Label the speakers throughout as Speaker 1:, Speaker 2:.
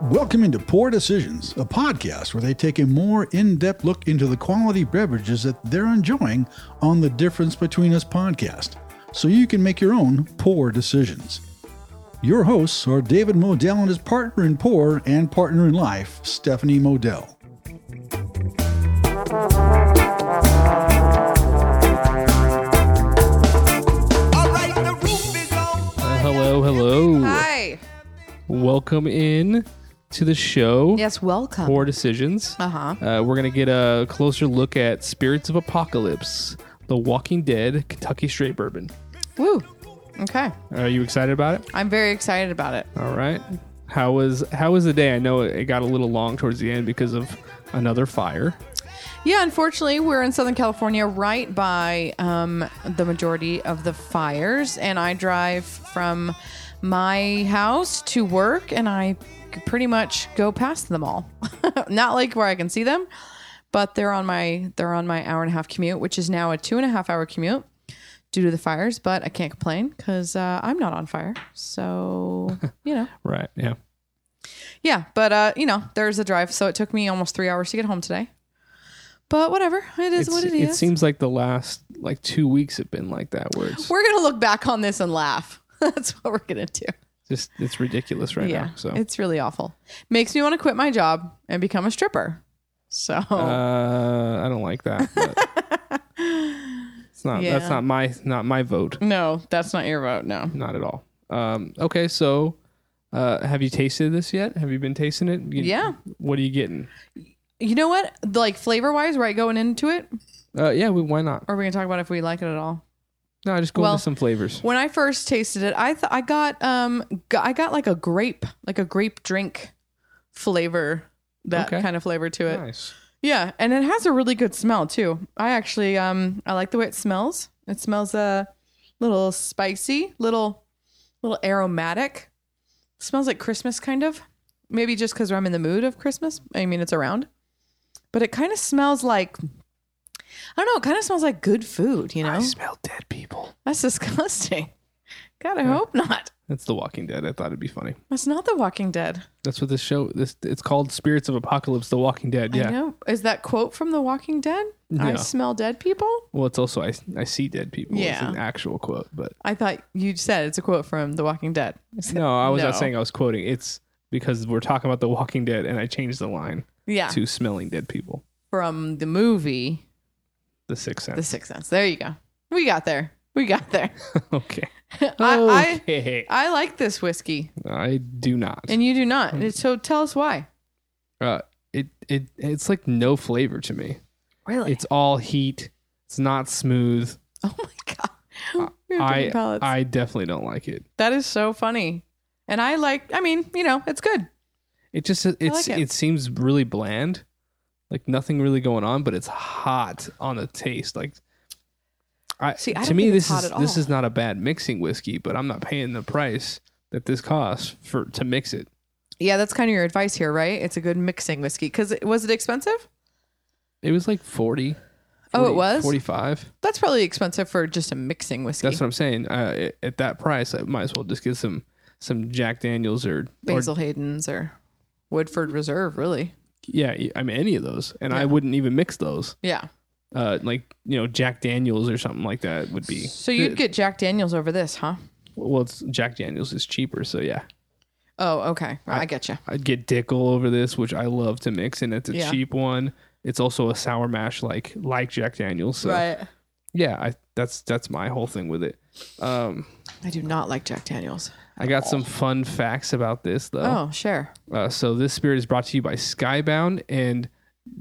Speaker 1: Welcome into Poor Decisions, a podcast where they take a more in depth look into the quality beverages that they're enjoying on the Difference Between Us podcast, so you can make your own poor decisions. Your hosts are David Modell and his partner in poor and partner in life, Stephanie Modell.
Speaker 2: Alright, the roof is on.
Speaker 3: Uh, hello, hello.
Speaker 4: Hi.
Speaker 3: Welcome in to the show.
Speaker 4: Yes, welcome.
Speaker 3: Poor decisions.
Speaker 4: Uh-huh.
Speaker 3: Uh, we're gonna get a closer look at Spirits of Apocalypse, The Walking Dead, Kentucky Straight Bourbon.
Speaker 4: Woo. Okay.
Speaker 3: Are you excited about it?
Speaker 4: I'm very excited about it.
Speaker 3: All right. How was how was the day? I know it got a little long towards the end because of another fire.
Speaker 4: Yeah, unfortunately, we're in Southern California, right by um, the majority of the fires, and I drive from my house to work, and I c- pretty much go past them all. Not like where I can see them, but they're on my they're on my hour and a half commute, which is now a two and a half hour commute due to the fires. But I can't complain because uh, I'm not on fire, so you know.
Speaker 3: Right. Yeah.
Speaker 4: Yeah, but uh, you know, there's a drive, so it took me almost three hours to get home today. But whatever, it
Speaker 3: It's-
Speaker 4: is what it
Speaker 3: it
Speaker 4: is.
Speaker 3: seems like the last like two weeks have been like that. Where it's
Speaker 4: we're gonna look back on this and laugh. That's what we're gonna do.
Speaker 3: just it's ridiculous right
Speaker 4: yeah,
Speaker 3: now. So
Speaker 4: it's really awful. Makes me want to quit my job and become a stripper. So
Speaker 3: Uh, I don't like that. But it's not.
Speaker 4: Yeah.
Speaker 3: That's not my not my vote.
Speaker 4: no, that's not your vote. No,
Speaker 3: Not at all. Um, okay, so uh, have you tasted this yet? Have you been tasting it? You-
Speaker 4: Yeah.
Speaker 3: What are you getting?
Speaker 4: you know what? Like flavor wise, right? Going into it,
Speaker 3: Uh, yeah. We, why not?
Speaker 4: or are we gonna talk about if we like it at all?
Speaker 3: No, just go
Speaker 4: Well-
Speaker 3: into some flavors.
Speaker 4: When I first tasted it, I th- I got um g- I got like a grape, like a grape drink flavor, that
Speaker 3: Okay.
Speaker 4: kind of flavor to it.
Speaker 3: Nice.
Speaker 4: Yeah, and it has a really good smell too. I actually um I like the way it smells. It smells a little spicy, little little aromatic. smells like Christmas kind of. Maybe just cuz I'm in the mood of Christmas. I mean, it's around. But it kind of smells like I don't know, it kind of smells like good food, you know?
Speaker 3: I smell dead people.
Speaker 4: That's disgusting. God, I hope not.
Speaker 3: That's The Walking Dead. I thought it'd be funny.
Speaker 4: That's not The Walking Dead.
Speaker 3: That's what this show. This it's called Spirits of Apocalypse: The Walking Dead.
Speaker 4: I
Speaker 3: Yeah.
Speaker 4: know. Is that quote from The Walking Dead? I
Speaker 3: Yeah.
Speaker 4: smell dead people?
Speaker 3: Well, it's also I I see dead people.
Speaker 4: Yeah.
Speaker 3: It's an actual quote, but
Speaker 4: I thought you said it's a quote from The Walking Dead.
Speaker 3: no, I was not
Speaker 4: No.
Speaker 3: saying I was quoting. It's because we're talking about The Walking Dead, and I changed the line.
Speaker 4: Yeah.
Speaker 3: to smelling dead people.
Speaker 4: From the movie
Speaker 3: The Sixth
Speaker 4: The
Speaker 3: Sense.
Speaker 4: Sixth Sense. There you go. We got there. We got there.
Speaker 3: okay.
Speaker 4: I,
Speaker 3: okay.
Speaker 4: I I like this whiskey,
Speaker 3: I do not.
Speaker 4: and you do not.
Speaker 3: Mm.
Speaker 4: And So tell us why.
Speaker 3: Uh, it it it's like no flavor to me.
Speaker 4: Really?
Speaker 3: It's all heat. It's not smooth.
Speaker 4: oh my god. We have
Speaker 3: I
Speaker 4: different palates.
Speaker 3: I definitely don't like it.
Speaker 4: that is so funny. And I like. I mean, you know, it's good.
Speaker 3: It just it's
Speaker 4: like
Speaker 3: it.
Speaker 4: it.
Speaker 3: seems really bland. Like nothing really going on, but it's hot on the taste. Like I
Speaker 4: See, I
Speaker 3: to
Speaker 4: don't
Speaker 3: me
Speaker 4: think
Speaker 3: this
Speaker 4: it's hot
Speaker 3: is
Speaker 4: at
Speaker 3: this
Speaker 4: all.
Speaker 3: is not a bad mixing whiskey, but I'm not paying the price that this costs for to mix it.
Speaker 4: Yeah, that's kind of your advice here, right? It's a good mixing whiskey. Because was it expensive?
Speaker 3: It was like 40.
Speaker 4: Oh, it was?
Speaker 3: 45.
Speaker 4: That's probably expensive for just a mixing whiskey.
Speaker 3: That's what I'm saying. Uh, at- at that price, I might as well just get some some Jack Daniels or, or
Speaker 4: Basil Hayden's or Woodford Reserve, really.
Speaker 3: yeah, I mean any of those, and I wouldn't even mix those.
Speaker 4: Yeah.
Speaker 3: Uh, like you know Jack Daniels or something like that would be.
Speaker 4: So you'd get Jack Daniels over this, huh?
Speaker 3: Well, it's Jack Daniels is cheaper, so yeah,
Speaker 4: Oh, okay. I get you.
Speaker 3: I'd get Dickel over this, which I love to mix, and it's a
Speaker 4: Yeah.
Speaker 3: cheap one. It's also a sour mash like like Jack Daniels. So yeah, I, that's that's my whole thing with it. Um,
Speaker 4: I do not like Jack Daniels.
Speaker 3: I got some fun facts about this though.
Speaker 4: Oh, sure.
Speaker 3: Uh, so this spirit is brought to you by Skybound and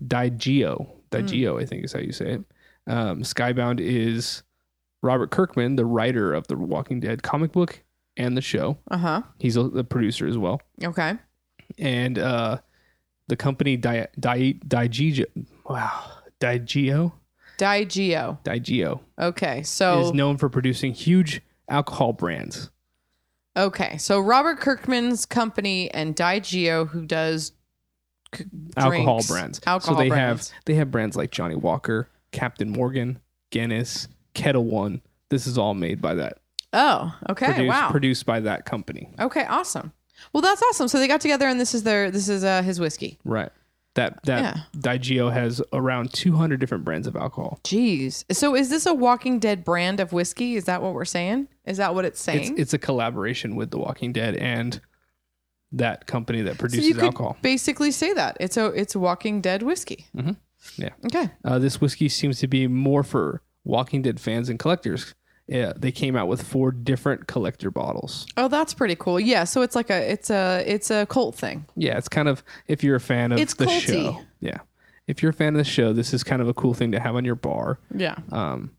Speaker 3: Digeo. Digeo,
Speaker 4: Mm.
Speaker 3: I think is how you say it. Um, Skybound is Robert Kirkman, the writer of the Walking Dead comic book and the show.
Speaker 4: Uh huh.
Speaker 3: He's a, the producer as well.
Speaker 4: Okay.
Speaker 3: And uh, the company Di- Di- Digeo, wow, Digeo,
Speaker 4: Digeo.
Speaker 3: Digeo
Speaker 4: Okay.
Speaker 3: is
Speaker 4: So
Speaker 3: known for producing huge alcohol brands.
Speaker 4: okay. So Robert Kirkman's company and Digeo, who does c-
Speaker 3: alcohol
Speaker 4: drinks,
Speaker 3: brands.
Speaker 4: Alcohol
Speaker 3: so they
Speaker 4: brands.
Speaker 3: have they have brands like Johnny Walker, Captain Morgan, Guinness, Kettle One. This is all made by that.
Speaker 4: Oh, okay.
Speaker 3: produced,
Speaker 4: wow.
Speaker 3: produced by that company.
Speaker 4: Okay. Awesome. Well, that's awesome. So they got together, and this is their this is uh, his whiskey.
Speaker 3: Right. That that
Speaker 4: Yeah.
Speaker 3: Diageo has around 200 different brands of alcohol.
Speaker 4: Jeez. So is this a Walking Dead brand of whiskey? Is that what we're saying? Is that what it's
Speaker 3: It's
Speaker 4: saying?
Speaker 3: it's a collaboration with The Walking Dead and that company that
Speaker 4: so
Speaker 3: produces
Speaker 4: you could
Speaker 3: alcohol.
Speaker 4: basically say that it's a it's Walking Dead whiskey.
Speaker 3: Yeah.
Speaker 4: Okay.
Speaker 3: Uh, this whiskey seems to be more for Walking Dead fans and collectors. Yeah, they came out with four different collector bottles.
Speaker 4: Oh, that's pretty cool. Yeah. So it's like a it's a it's a cult thing.
Speaker 3: Yeah, it's kind of if you're a fan of
Speaker 4: It's
Speaker 3: the
Speaker 4: culty.
Speaker 3: show. Yeah, if you're a fan of the show, this is kind of a cool thing to have on your bar.
Speaker 4: Yeah.
Speaker 3: Um,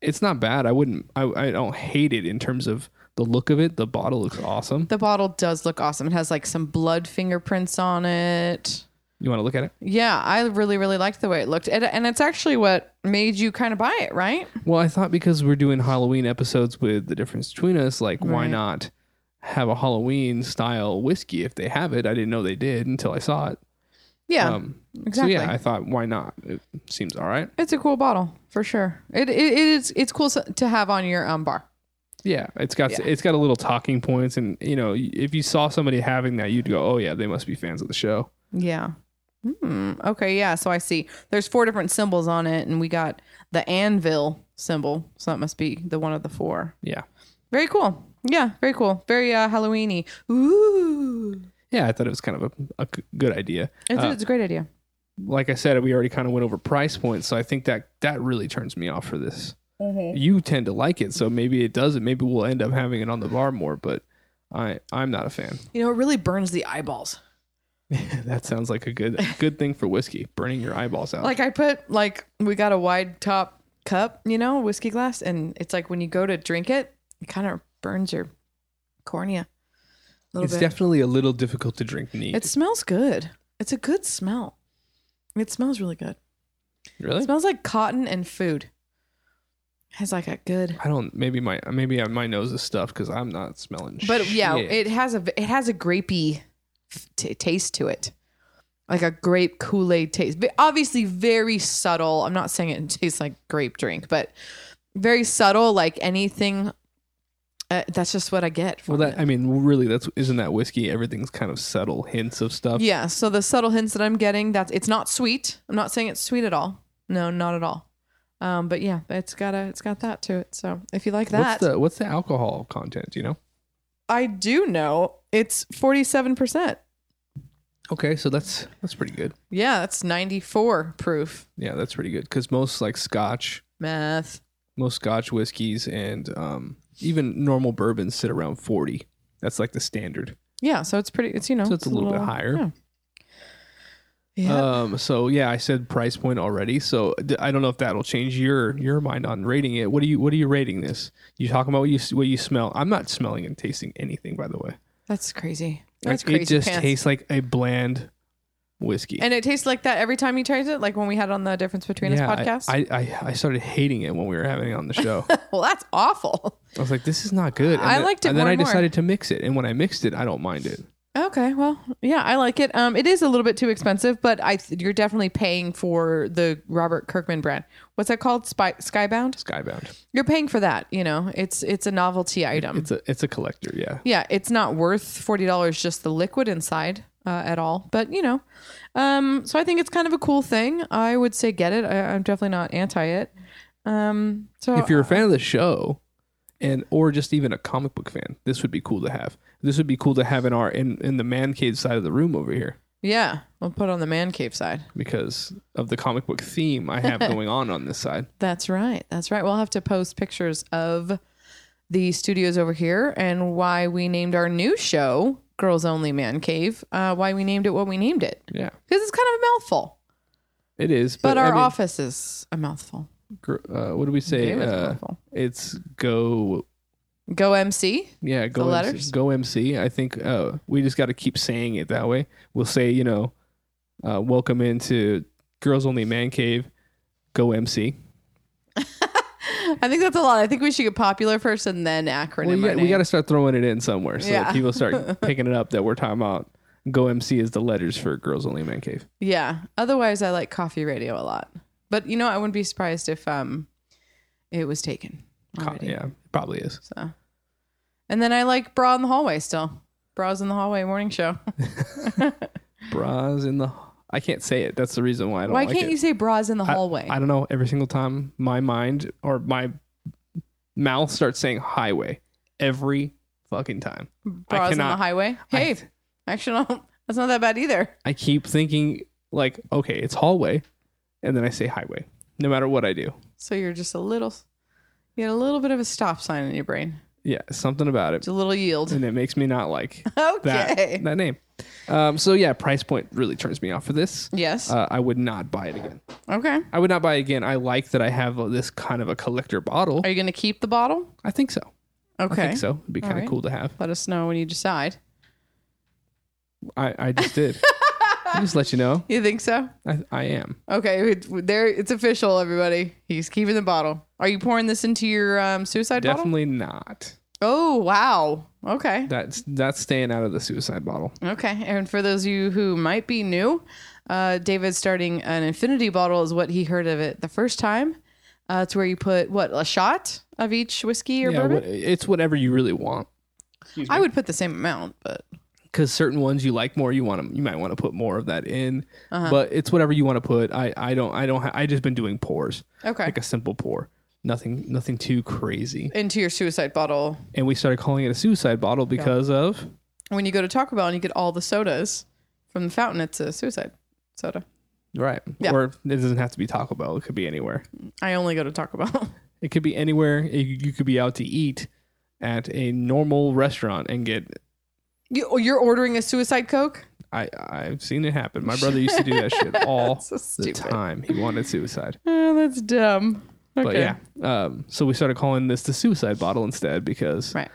Speaker 3: it's not bad. I wouldn't. I, I don't hate it in terms of the look of it. The bottle looks awesome.
Speaker 4: The bottle does look awesome. It has like some blood fingerprints on it.
Speaker 3: You want to look at it?
Speaker 4: Yeah, I really really liked the way it looked, and, and it's actually what made you kind of buy it, right?
Speaker 3: Well, I thought because we're doing Halloween episodes with the difference between us, like why
Speaker 4: Right.
Speaker 3: not have a Halloween style whiskey if they have it? I didn't know they did until I saw it.
Speaker 4: Yeah.
Speaker 3: Um,
Speaker 4: exactly.
Speaker 3: So yeah, I thought why not? It seems all right.
Speaker 4: It's a cool bottle for sure. It it, it is it's cool s- to have on your um bar.
Speaker 3: Yeah, it's got it's got a little talking points, and you know if you saw somebody having that, you'd go, oh yeah, they must be fans of the show.
Speaker 4: Yeah. Hmm. Okay. Yeah. So I see. There's four different symbols on it, and we got the anvil symbol, so that must be the one of the four.
Speaker 3: Yeah,
Speaker 4: Very cool. Yeah. Very cool. Very uh, Halloweeny. Ooh.
Speaker 3: yeah, I thought it was kind of a, a g- good idea.
Speaker 4: It's,
Speaker 3: Uh,
Speaker 4: it's a great idea.
Speaker 3: like I said, we already kind of went over price points, so I think that that really turns me off for this.
Speaker 4: Mm-hmm.
Speaker 3: You tend to like it, so maybe it doesn't. Maybe we'll end up having it on the bar more, but I I'm not a fan.
Speaker 4: You know, it really burns the eyeballs.
Speaker 3: that sounds like a good good thing for whiskey, burning your eyeballs out.
Speaker 4: Like I put like we got a wide top cup, you know, whiskey glass, and it's like when you go to drink it, it kind of burns your cornea. A little
Speaker 3: it's
Speaker 4: bit.
Speaker 3: definitely a little difficult to drink neat.
Speaker 4: It smells good. It's a good smell. It smells really good. It
Speaker 3: really.
Speaker 4: smells like cotton and food. Has like a good.
Speaker 3: I don't. Maybe my maybe my nose is stuffed because I'm not smelling.
Speaker 4: But yeah,
Speaker 3: shit.
Speaker 4: it has a it has a grapey f- t- taste to it. Like a grape Kool Aid taste, but obviously very subtle. I'm not saying it tastes like grape drink, but very subtle. Like anything, uh, that's just what I get.
Speaker 3: Well,
Speaker 4: From
Speaker 3: that I mean, really, that's isn't that whiskey? Everything's kind of subtle hints of stuff.
Speaker 4: Yeah. So the subtle hints that I'm getting, that's it's not sweet. I'm not saying it's sweet at all. No, not at all. Um, but yeah, it's got a it's got that to it. So if you like that,
Speaker 3: What's the what's the alcohol content? You know.
Speaker 4: I do know it's forty seven percent.
Speaker 3: Okay, so that's that's pretty good.
Speaker 4: Yeah, that's ninety four proof
Speaker 3: Yeah, that's pretty good because most like Scotch,
Speaker 4: math.
Speaker 3: most Scotch whiskeys, and um, even normal bourbons sit around forty. That's like the standard.
Speaker 4: Yeah, so it's pretty. It's you know,
Speaker 3: So it's a little bit higher.
Speaker 4: Yeah. Yeah.
Speaker 3: Um, so yeah, I said price point already. So d- I don't know if that'll change your your mind on rating it. What do you what are you rating this? You talking about what you s- what you smell? I'm not smelling and tasting anything, by the way.
Speaker 4: that's crazy. That's
Speaker 3: Like,
Speaker 4: crazy.
Speaker 3: It just
Speaker 4: pants.
Speaker 3: tastes like a bland whiskey.
Speaker 4: and it tastes like that every time you taste it, like when we had on the difference between
Speaker 3: yeah,
Speaker 4: us podcast.
Speaker 3: I, I, I I started hating it when we were having it on the show.
Speaker 4: well, that's awful.
Speaker 3: I was like, this is not good. And
Speaker 4: I
Speaker 3: then-
Speaker 4: liked it
Speaker 3: And then
Speaker 4: more
Speaker 3: I
Speaker 4: and more.
Speaker 3: decided to mix it. And when I mixed it, I don't mind it.
Speaker 4: Okay, well, yeah, I like it. Um, it is a little bit too expensive, but I th- you're definitely paying for the Robert Kirkman brand. What's that called? Spy- Skybound.
Speaker 3: Skybound.
Speaker 4: You're paying for that. You know, it's it's a novelty item.
Speaker 3: It's a it's a collector, yeah.
Speaker 4: yeah, it's not worth forty dollars just the liquid inside uh, at all. But you know, um, so I think it's kind of a cool thing. I would say get it. I, I'm definitely not anti it. Um, so
Speaker 3: If you're a fan of the show and or just even a comic book fan, this would be cool to have. This would be cool to have in our in, in the man cave side of the room over here
Speaker 4: yeah, we'll put it on the man cave side.
Speaker 3: because of the comic book theme I have going on on this side.
Speaker 4: That's right. That's right. We'll have to post pictures of the studios over here and why we named our new show Girls Only Man Cave, uh, why we named it what we named it.
Speaker 3: Yeah,
Speaker 4: Because it's kind of a mouthful,
Speaker 3: it is.
Speaker 4: but, our
Speaker 3: I mean,
Speaker 4: office is a mouthful.
Speaker 3: gr- uh, what do we say?
Speaker 4: Name is
Speaker 3: Uh,
Speaker 4: awful.
Speaker 3: it's go
Speaker 4: Go MC.
Speaker 3: Yeah, go MC,
Speaker 4: letters?
Speaker 3: go MC. I think uh, we just got to keep saying it that way. We'll say, you know, uh, welcome into Girls Only Man Cave. Go MC.
Speaker 4: I think that's a lot. I think we should get popular first and then acronym.
Speaker 3: Well, you
Speaker 4: our
Speaker 3: got, we
Speaker 4: name.
Speaker 3: got to start throwing it in somewhere so
Speaker 4: Yeah.
Speaker 3: that people start picking it up that we're talking about. Go MC is the letters for Girls Only Man Cave.
Speaker 4: Yeah. Otherwise, I like coffee radio a lot. But you know, I wouldn't be surprised if um, it was taken.
Speaker 3: Co-
Speaker 4: Already.
Speaker 3: Yeah, probably is.
Speaker 4: And then I like bra in the hallway still. Bras in the Hallway morning show.
Speaker 3: Bras in the. I can't say it. That's the reason why I don't.
Speaker 4: Why
Speaker 3: like
Speaker 4: can't
Speaker 3: it.
Speaker 4: you say bras in the hallway?
Speaker 3: I don't know. Every single time my mind or my mouth starts saying highway every fucking time.
Speaker 4: bras in the
Speaker 3: cannot-
Speaker 4: highway? Hey, actually, no, that's not that bad either.
Speaker 3: I keep thinking like, okay, it's hallway, and then I say highway, no matter what I do.
Speaker 4: So you're just a little, you had a little bit of a stop sign in your brain,
Speaker 3: Yeah, something about it,
Speaker 4: just a little yield.
Speaker 3: and it makes me not like that
Speaker 4: Okay.
Speaker 3: that name. Um, so yeah, price point really turns me off for this.
Speaker 4: Yes.
Speaker 3: Uh, I would not buy it again.
Speaker 4: okay.
Speaker 3: I would not buy it again. I like that I have uh, this kind of a collector bottle.
Speaker 4: Are you going to keep the bottle?
Speaker 3: I think so.
Speaker 4: Okay.
Speaker 3: I think so. It'd be kind of
Speaker 4: right.
Speaker 3: cool to have.
Speaker 4: Let us know when you decide.
Speaker 3: I, I just did. I just let you know.
Speaker 4: You think so?
Speaker 3: I, I am.
Speaker 4: Okay. It, there, it's official, everybody. He's keeping the bottle. Are you pouring this into your um, suicide bottle?
Speaker 3: Definitely not.
Speaker 4: Oh, wow. Okay.
Speaker 3: That's that's staying out of the suicide bottle.
Speaker 4: Okay. And for those of you who might be new, uh, David's starting an infinity bottle is what he heard of it the first time. Uh, it's where you put what a shot of each whiskey or
Speaker 3: Yeah,
Speaker 4: bourbon.
Speaker 3: wha- it's whatever you really want.
Speaker 4: I would put the same amount, but
Speaker 3: Because certain ones you like more, you want to, you might want to put more of that in.
Speaker 4: Uh-huh.
Speaker 3: But it's whatever you want to put. I I don't I don't ha- I just been doing pours,
Speaker 4: okay.
Speaker 3: like a simple pour, nothing nothing too crazy.
Speaker 4: Into your suicide bottle
Speaker 3: And we started calling it a suicide bottle because of
Speaker 4: when you go to Taco Bell and you get all the sodas from the fountain. It's a suicide soda.
Speaker 3: right,
Speaker 4: Yeah.
Speaker 3: or it doesn't have to be Taco Bell. It could be anywhere.
Speaker 4: I only go to Taco Bell.
Speaker 3: It could be anywhere. It, you could be out to eat at a normal restaurant and get
Speaker 4: you, oh, you're ordering a suicide coke.
Speaker 3: I I've seen it happen. My brother used to do that shit all
Speaker 4: so
Speaker 3: the
Speaker 4: stupid.
Speaker 3: time. He wanted suicide.
Speaker 4: Oh, that's dumb. Okay.
Speaker 3: But yeah. Um so we started calling this the suicide bottle instead because
Speaker 4: Right.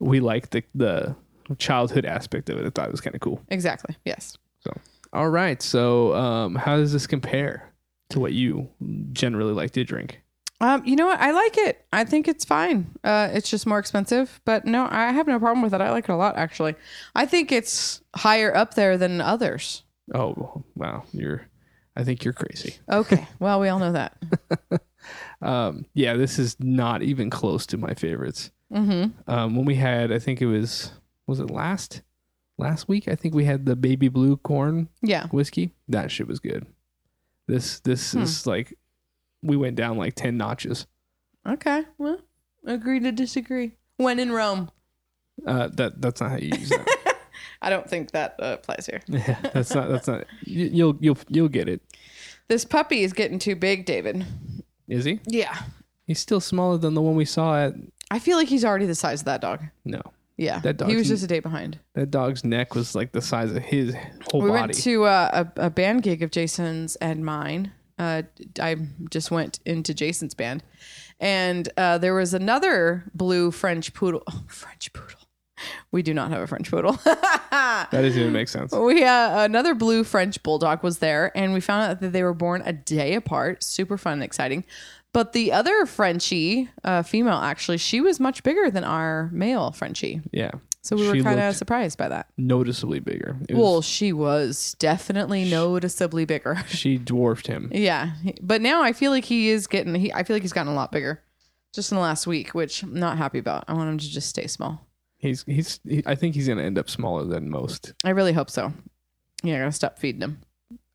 Speaker 3: we liked the the childhood aspect of it. I thought it was kind of cool.
Speaker 4: Exactly. Yes.
Speaker 3: So all right. So um how does this compare to what you generally like to drink?
Speaker 4: Um, you know what? I like it. I think it's fine. Uh, it's just more expensive, but no, I have no problem with it. I like it a lot, actually. I think it's higher up there than others.
Speaker 3: Oh wow, you're I think you're crazy.
Speaker 4: Okay. well, we all know that.
Speaker 3: Um, yeah, this is not even close to my favorites. Mm-hmm. Um, when we had, I think it was, was it last, last week? I think we had the baby blue corn
Speaker 4: Yeah.
Speaker 3: whiskey. That shit was good. This, this is like, we went down like 10 notches.
Speaker 4: Okay. Well, agree to disagree. When in Rome,
Speaker 3: Uh, that, that's not how you use that.
Speaker 4: I don't think that uh, applies here.
Speaker 3: yeah, that's not, that's not, you, you'll, you'll, you'll get it.
Speaker 4: This puppy is getting too big, David.
Speaker 3: Is he?
Speaker 4: Yeah.
Speaker 3: He's still smaller than the one we saw at,
Speaker 4: I feel like he's already the size of that dog.
Speaker 3: no,
Speaker 4: Yeah.
Speaker 3: That dog's-
Speaker 4: he was just a day behind.
Speaker 3: that dog's neck was like the size of his whole
Speaker 4: we
Speaker 3: body.
Speaker 4: went to uh, a, a band gig of Jason's and mine. Uh, I just went into Jason's band, and uh, there was another blue French poodle. Oh, French poodle. We do not have a French poodle.
Speaker 3: that doesn't even make sense.
Speaker 4: we uh, another blue French bulldog was there, and we found out that they were born a day apart. Super fun and exciting. But the other Frenchie, uh, female actually, she was much bigger than our male Frenchie.
Speaker 3: Yeah.
Speaker 4: So we were
Speaker 3: She
Speaker 4: kind of
Speaker 3: looked-
Speaker 4: surprised by that.
Speaker 3: noticeably bigger. It was-
Speaker 4: Well, she was definitely noticeably bigger.
Speaker 3: she dwarfed him.
Speaker 4: Yeah, but now I feel like he is getting. He, I feel like he's gotten a lot bigger, just in the last week, which I'm not happy about. I want him to just stay small.
Speaker 3: He's he's. He, I think he's gonna end up smaller than most.
Speaker 4: I really hope so. Yeah, I gotta stop feeding him.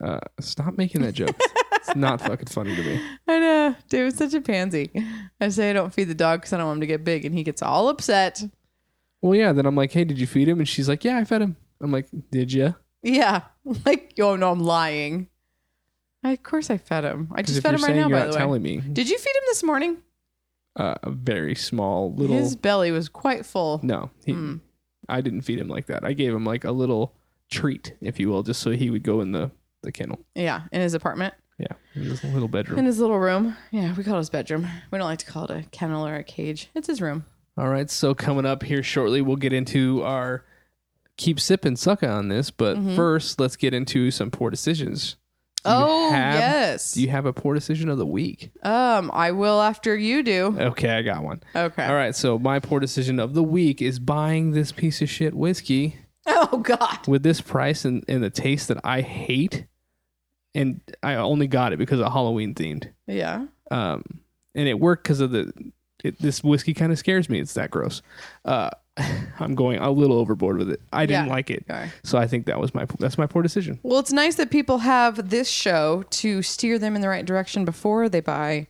Speaker 3: Uh, stop making that joke. it's not fucking funny to me.
Speaker 4: I know, David's such a pansy. I say I don't feed the dog because I don't want him to get big, and he gets all upset.
Speaker 3: Well, yeah. Then I'm like, hey, did you feed him? And she's like, yeah, I fed him. I'm like, did you?
Speaker 4: Yeah, like oh no, I'm lying. I, of course I fed him. I just
Speaker 3: if
Speaker 4: fed
Speaker 3: you're
Speaker 4: him right
Speaker 3: saying
Speaker 4: now.
Speaker 3: you're
Speaker 4: By
Speaker 3: not
Speaker 4: the way,
Speaker 3: telling me,
Speaker 4: did you feed him this morning?
Speaker 3: uh, a very small little.
Speaker 4: His belly was quite full.
Speaker 3: no, he. I didn't feed him like that. I gave him like a little treat, if you will, just so he would go in the the kennel.
Speaker 4: Yeah, in his apartment.
Speaker 3: Yeah, in his little bedroom.
Speaker 4: In his little room. Yeah, we call it his bedroom. We don't like to call it a kennel or a cage. It's his room.
Speaker 3: All right, so coming up here shortly, we'll get into our keep sipping sucka on this, but first, let's get into some poor decisions. Do you
Speaker 4: oh,
Speaker 3: have-
Speaker 4: yes.
Speaker 3: Do you have a poor decision of the week?
Speaker 4: um, I will after you do.
Speaker 3: Okay, I got one.
Speaker 4: Okay.
Speaker 3: All right, so my poor decision of the week is buying this piece of shit whiskey
Speaker 4: Oh, God.
Speaker 3: with this price and, and the taste that I hate, and I only got it because of Halloween themed.
Speaker 4: Yeah.
Speaker 3: um, and it worked because of the it, this whiskey kind of scares me. It's that gross. Uh, I'm going a little overboard with it. I didn't
Speaker 4: Yeah,
Speaker 3: like it,
Speaker 4: you are.
Speaker 3: so I think that was my that's my poor decision.
Speaker 4: Well, it's nice that people have this show to steer them in the right direction before they buy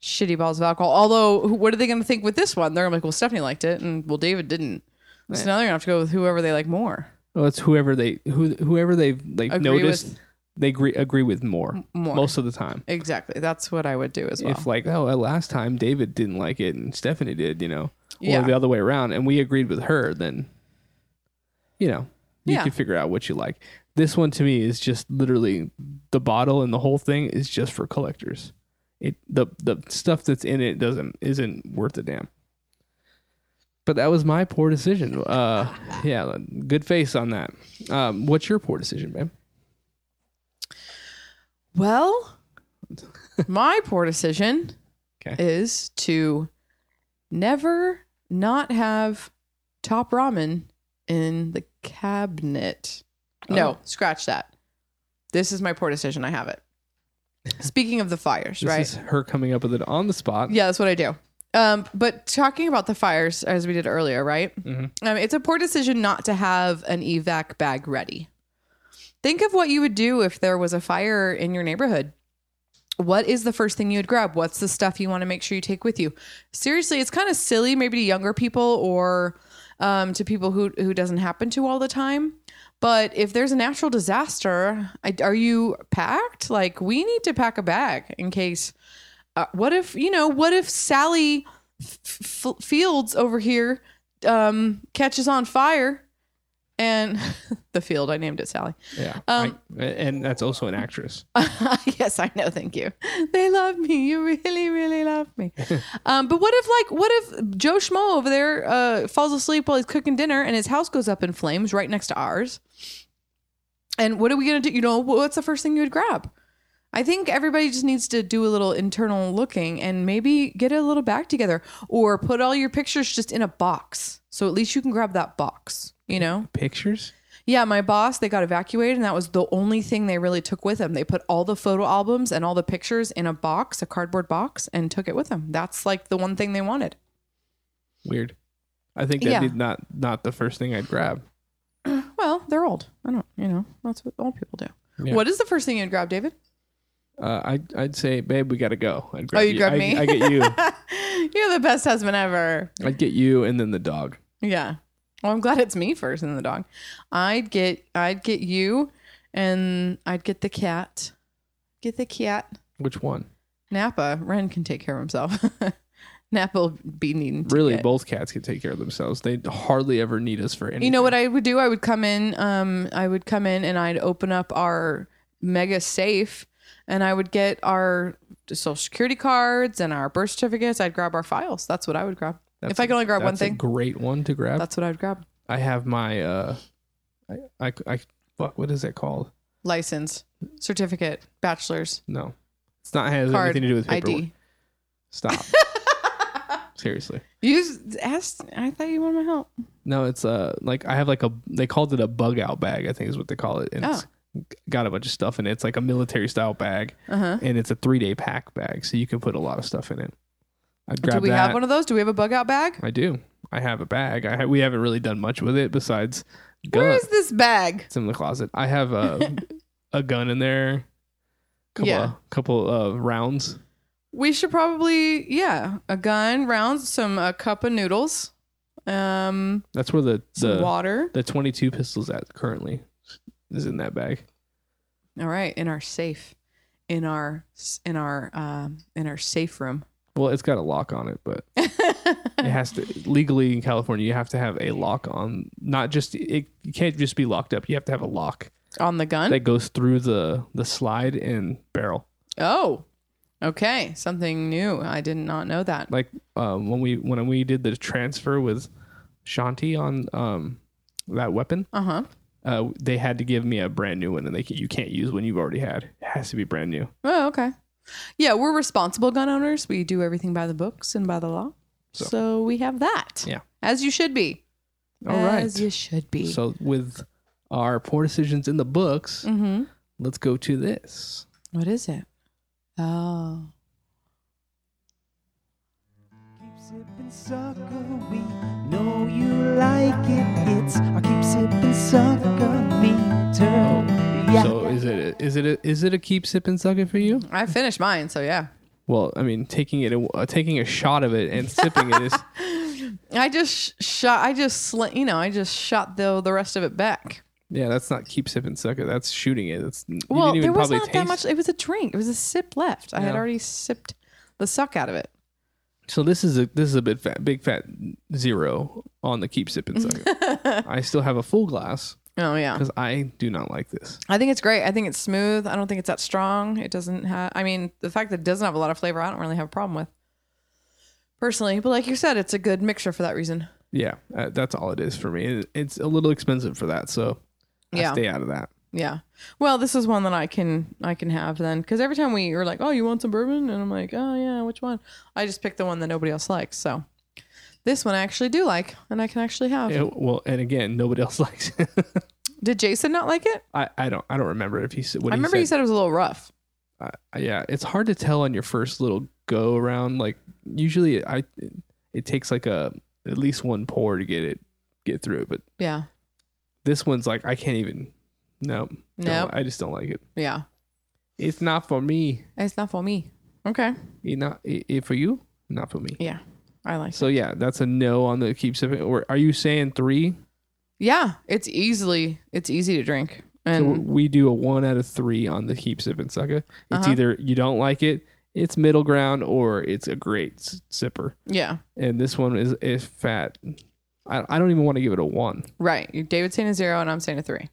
Speaker 4: shitty balls of alcohol. Although, who- what are they going to think with this one? They're going to be like, well, Stephanie liked it, and well, David didn't. So now they're going to have to go with whoever they like more.
Speaker 3: Well, it's whoever they who whoever they've like
Speaker 4: Agree
Speaker 3: noticed
Speaker 4: with-
Speaker 3: they agree agree with more, most of the time.
Speaker 4: Exactly. That's what I would do as well.
Speaker 3: If like oh uh, last time David didn't like it and Stephanie did, you know,
Speaker 4: Yeah.
Speaker 3: or the other way around, and we agreed with her, then you know you
Speaker 4: Yeah.
Speaker 3: can figure out what you like. This one to me is just literally the bottle and the whole thing is just for collectors. It the the stuff that's in it doesn't isn't worth a damn. But that was my poor decision. Uh, yeah, good face on that. Um, what's your poor decision, babe?
Speaker 4: Well, my poor decision
Speaker 3: Okay.
Speaker 4: is to never not have top ramen in the cabinet.
Speaker 3: Oh.
Speaker 4: No, scratch that. This is my poor decision. I have it. Speaking of the fires,
Speaker 3: This
Speaker 4: right?
Speaker 3: is her coming up with it on the spot.
Speaker 4: Yeah, that's what I do. Um, but talking about the fires as we did earlier, right? Um, it's a poor decision not to have an evac bag ready. Think of what you would do if there was a fire in your neighborhood. What is the first thing you would grab? What's the stuff you want to make sure you take with you? Seriously, it's kind of silly, maybe to younger people or um, to people who who doesn't happen to all the time. But if there's a natural disaster, I, are you packed? Like we need to pack a bag in case uh, what if you know what if sally F- F- fields over here um catches on fire and the field i named it sally
Speaker 3: Yeah.
Speaker 4: Um,
Speaker 3: I- and that's also an actress.
Speaker 4: yes i know thank you they love me you really really love me um but what if like what if joe schmo over there uh falls asleep while he's cooking dinner and his house goes up in flames right next to ours and what are we gonna do you know what's the first thing you would grab I think everybody just needs to do a little internal looking and maybe get a little back together or put all your pictures just in a box. So at least you can grab that box, you know?
Speaker 3: Pictures?
Speaker 4: Yeah, my boss, they got evacuated and that was the only thing they really took with them. They put all the photo albums and all the pictures in a box, a cardboard box, and took it with them. That's like the one thing they wanted.
Speaker 3: Weird. I think that'd
Speaker 4: Yeah.
Speaker 3: be not not the first thing I'd grab.
Speaker 4: Well, they're old. I don't, you know, that's what old people do.
Speaker 3: Yeah.
Speaker 4: What is the first thing you'd grab, David?
Speaker 3: Uh, I'd I'd say, babe, we gotta go. I'd grab
Speaker 4: Oh, you grab
Speaker 3: I,
Speaker 4: me?
Speaker 3: I get you.
Speaker 4: You're the best husband ever.
Speaker 3: I'd get you, and then the dog.
Speaker 4: Yeah. Well, I'm glad it's me first and the dog. I'd get I'd get you and I'd get the cat. Get the cat.
Speaker 3: Which one?
Speaker 4: Napa. Ren can take care of himself. Napa will be needing to
Speaker 3: Really,
Speaker 4: get-
Speaker 3: both cats can take care of themselves. They hardly ever need us for anything.
Speaker 4: You know what I would do? I would come in, um, I would come in and I'd open up our mega safe and I would get our social security cards and our birth certificates. I'd grab our files. That's what I would grab.
Speaker 3: That's
Speaker 4: if I could only grab one
Speaker 3: that's a
Speaker 4: thing,
Speaker 3: great one to grab.
Speaker 4: that's what I would grab.
Speaker 3: I have my uh, I, I I fuck. What is it called?
Speaker 4: License, certificate, bachelor's,
Speaker 3: No, it's not has
Speaker 4: card,
Speaker 3: anything to do with paperwork.
Speaker 4: ID.
Speaker 3: Stop. Seriously.
Speaker 4: You s- asked. I thought you wanted my help.
Speaker 3: No, it's uh like I have like a they called it a bug out bag, I think is what they call it. And it's
Speaker 4: Oh.
Speaker 3: got a bunch of stuff in it. It's like a military style bag.
Speaker 4: Uh-huh.
Speaker 3: And it's a three day pack bag, so you can put a lot of stuff in it. I'd grab
Speaker 4: Do we
Speaker 3: that.
Speaker 4: have one of those? Do we have a bug out bag?
Speaker 3: I do. I have a bag. I ha- we haven't really done much with it besides
Speaker 4: Where
Speaker 3: gun.
Speaker 4: is this bag?
Speaker 3: It's in the closet. I have a a gun in there. Couple
Speaker 4: Yeah.
Speaker 3: of, couple of rounds.
Speaker 4: We should probably, yeah, a gun, rounds, some a cup of noodles, um,
Speaker 3: That's where the
Speaker 4: some
Speaker 3: the,
Speaker 4: water.
Speaker 3: the twenty two pistols at currently is in that bag.
Speaker 4: All right, in our safe, in our s- in our um, in our safe room.
Speaker 3: Well, it's got a lock on it, but it has to legally in California. You have to have a lock on, not just it. You can't just be locked up. You have to have a lock
Speaker 4: On the gun.
Speaker 3: that goes through the the slide and barrel.
Speaker 4: oh, okay, something new. I did not know that.
Speaker 3: Like um, when we when we did the transfer with Shanti on um, that weapon,
Speaker 4: Uh huh.
Speaker 3: uh, they had to give me a brand new one, and they can, you can't use one you've already had. It has to be brand new.
Speaker 4: Oh, okay. Yeah, we're responsible gun owners. We do everything by the books and by the law. So, we have that.
Speaker 3: Yeah.
Speaker 4: As you should be.
Speaker 3: All right.
Speaker 4: As you should be.
Speaker 3: So with our poor decisions in the books,
Speaker 4: mm-hmm.
Speaker 3: let's go to this.
Speaker 4: What is it? Oh.
Speaker 2: Keeps
Speaker 5: sipping sucker, we know you like it. It's our keep sipping sucker meter. Yeah.
Speaker 3: So is it is it a, is it a keep sipping sucker for you?
Speaker 4: I finished mine, so yeah.
Speaker 3: Well, I mean, taking it uh, taking a shot of it and sipping it is
Speaker 4: I just sh- shot. I just sl- you know. I just shot the the rest of it back.
Speaker 3: yeah, that's not keep sipping sucker. That's shooting it. That's you
Speaker 4: well,
Speaker 3: didn't even
Speaker 4: there was
Speaker 3: probably
Speaker 4: not that
Speaker 3: taste-
Speaker 4: much. It was a drink. It was a sip left. I had
Speaker 3: Yeah.
Speaker 4: already sipped the suck out of it.
Speaker 3: So this is a this is a big fat big fat zero on the keep sipping sucker. I still have a full glass
Speaker 4: Oh yeah.
Speaker 3: because I do not like this.
Speaker 4: I think it's great. I think it's smooth. I don't think it's that strong. It doesn't have. I mean, the fact that it doesn't have a lot of flavor, I don't really have a problem with. Personally, but like you said, it's a good mixture for that reason.
Speaker 3: Yeah, uh, that's all it is for me. It- It's a little expensive for that, so
Speaker 4: Yeah.
Speaker 3: I stay out of that.
Speaker 4: Yeah. Well, this is one that I can I can have then because every time we were like, oh, you want some bourbon, and I'm like, oh yeah, which one? I just pick the one that nobody else likes. So this one I actually do like, and I can actually have.
Speaker 3: Yeah, well, and again, nobody else likes. It.
Speaker 4: Did Jason not like it?
Speaker 3: I I don't I don't remember if he said what
Speaker 4: I
Speaker 3: he
Speaker 4: remember
Speaker 3: said.
Speaker 4: you said it was a little rough.
Speaker 3: Uh, yeah, it's hard to tell on your first little go around. Like usually, I it takes like a at least one pour to get it get through. But
Speaker 4: Yeah.
Speaker 3: this one's like I can't even. Nope.
Speaker 4: Nope.
Speaker 3: I just don't like it.
Speaker 4: Yeah.
Speaker 3: It's not for me.
Speaker 4: It's not for me. Okay.
Speaker 3: It not it, it for you. Not for me.
Speaker 4: Yeah. I like.
Speaker 3: So yeah, that's a no on the keep sipping. Or are you saying three?
Speaker 4: Yeah. It's easily it's easy to drink.
Speaker 3: So
Speaker 4: And
Speaker 3: we do a one out of three on the keep sipping sucker. It's
Speaker 4: Uh-huh.
Speaker 3: either you don't like it, it's middle ground, or it's a great s- sipper.
Speaker 4: yeah.
Speaker 3: And this one is is fat. I, I don't even want to give it a one.
Speaker 4: Right. David's saying a zero, and I'm saying a three.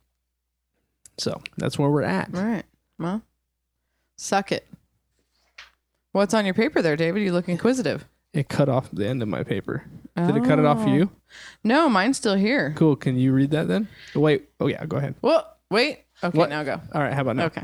Speaker 3: So that's where we're at.
Speaker 4: All right. Well, suck it. What's on your paper there, David? You look inquisitive.
Speaker 3: It cut off the end of my paper. Did it cut it
Speaker 4: Oh.
Speaker 3: off for you?
Speaker 4: No, mine's still here.
Speaker 3: Cool. Can you read that then? Wait. Oh yeah. Go ahead.
Speaker 4: Well, wait. Okay,
Speaker 3: What?
Speaker 4: now go.
Speaker 3: All right. How about now?
Speaker 4: Okay.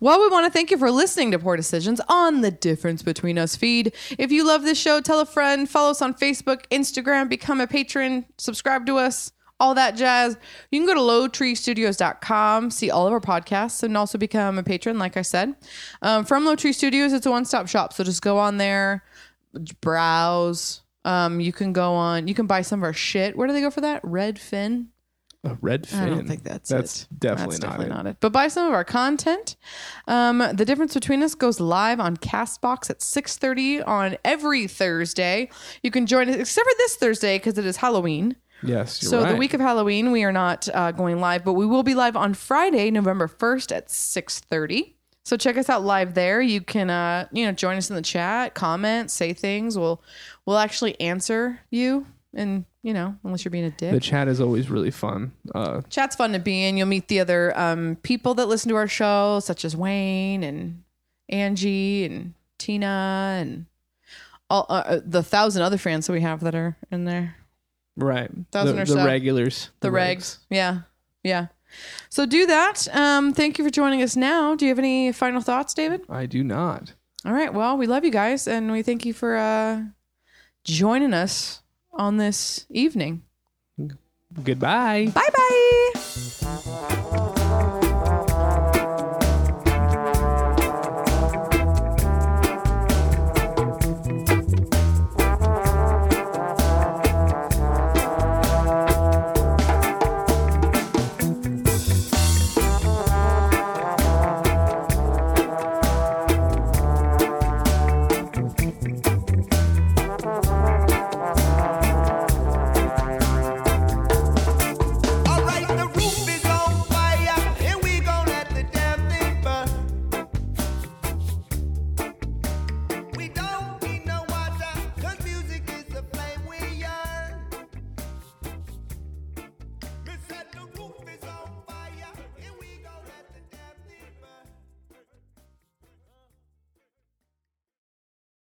Speaker 4: Well, we want to thank you for listening to Poor Decisions on the Difference Between Us feed. If you love this show, tell a friend, follow us on Facebook, Instagram, become a patron, subscribe to us, all that jazz. You can go to lowtreestudios.com, see all of our podcasts, and also become a patron, like I said. Um, from Low Tree Studios, it's a one stop shop. So just go on there, browse. Um, you can go on, you can buy some of our shit. Where do they go for that? Redfin.
Speaker 3: A red fin.
Speaker 4: I don't think that's
Speaker 3: that's
Speaker 4: it.
Speaker 3: definitely
Speaker 4: That's
Speaker 3: not it.
Speaker 4: But buy some of our content. Um, the difference between us goes live on Castbox at 6:30 on every Thursday. You can join us except for this Thursday because it is Halloween.
Speaker 3: Yes. You're
Speaker 4: So the
Speaker 3: right.
Speaker 4: week of Halloween, we are not uh, going live, but we will be live on Friday, November 1st at 6:30. So check us out live there. You can uh, you know, join us in the chat, comment, say things. We'll we'll actually answer you and, you know, unless you're being a dick.
Speaker 3: the chat is always really fun. Uh,
Speaker 4: Chat's fun to be in. You'll meet the other um, people that listen to our show, such as Wayne and Angie and Tina and all uh, uh, the thousand other fans that we have that are in there.
Speaker 3: right.
Speaker 4: Thousand
Speaker 3: the,
Speaker 4: or
Speaker 3: the
Speaker 4: so.
Speaker 3: regulars.
Speaker 4: The, regs. Yeah. Yeah. So do that. Um, thank you for joining us now. Do you have any final thoughts, David?
Speaker 3: I do not.
Speaker 4: All right. Well, we love you guys and we thank you for uh, joining us on this evening.
Speaker 3: Goodbye.
Speaker 4: Bye bye.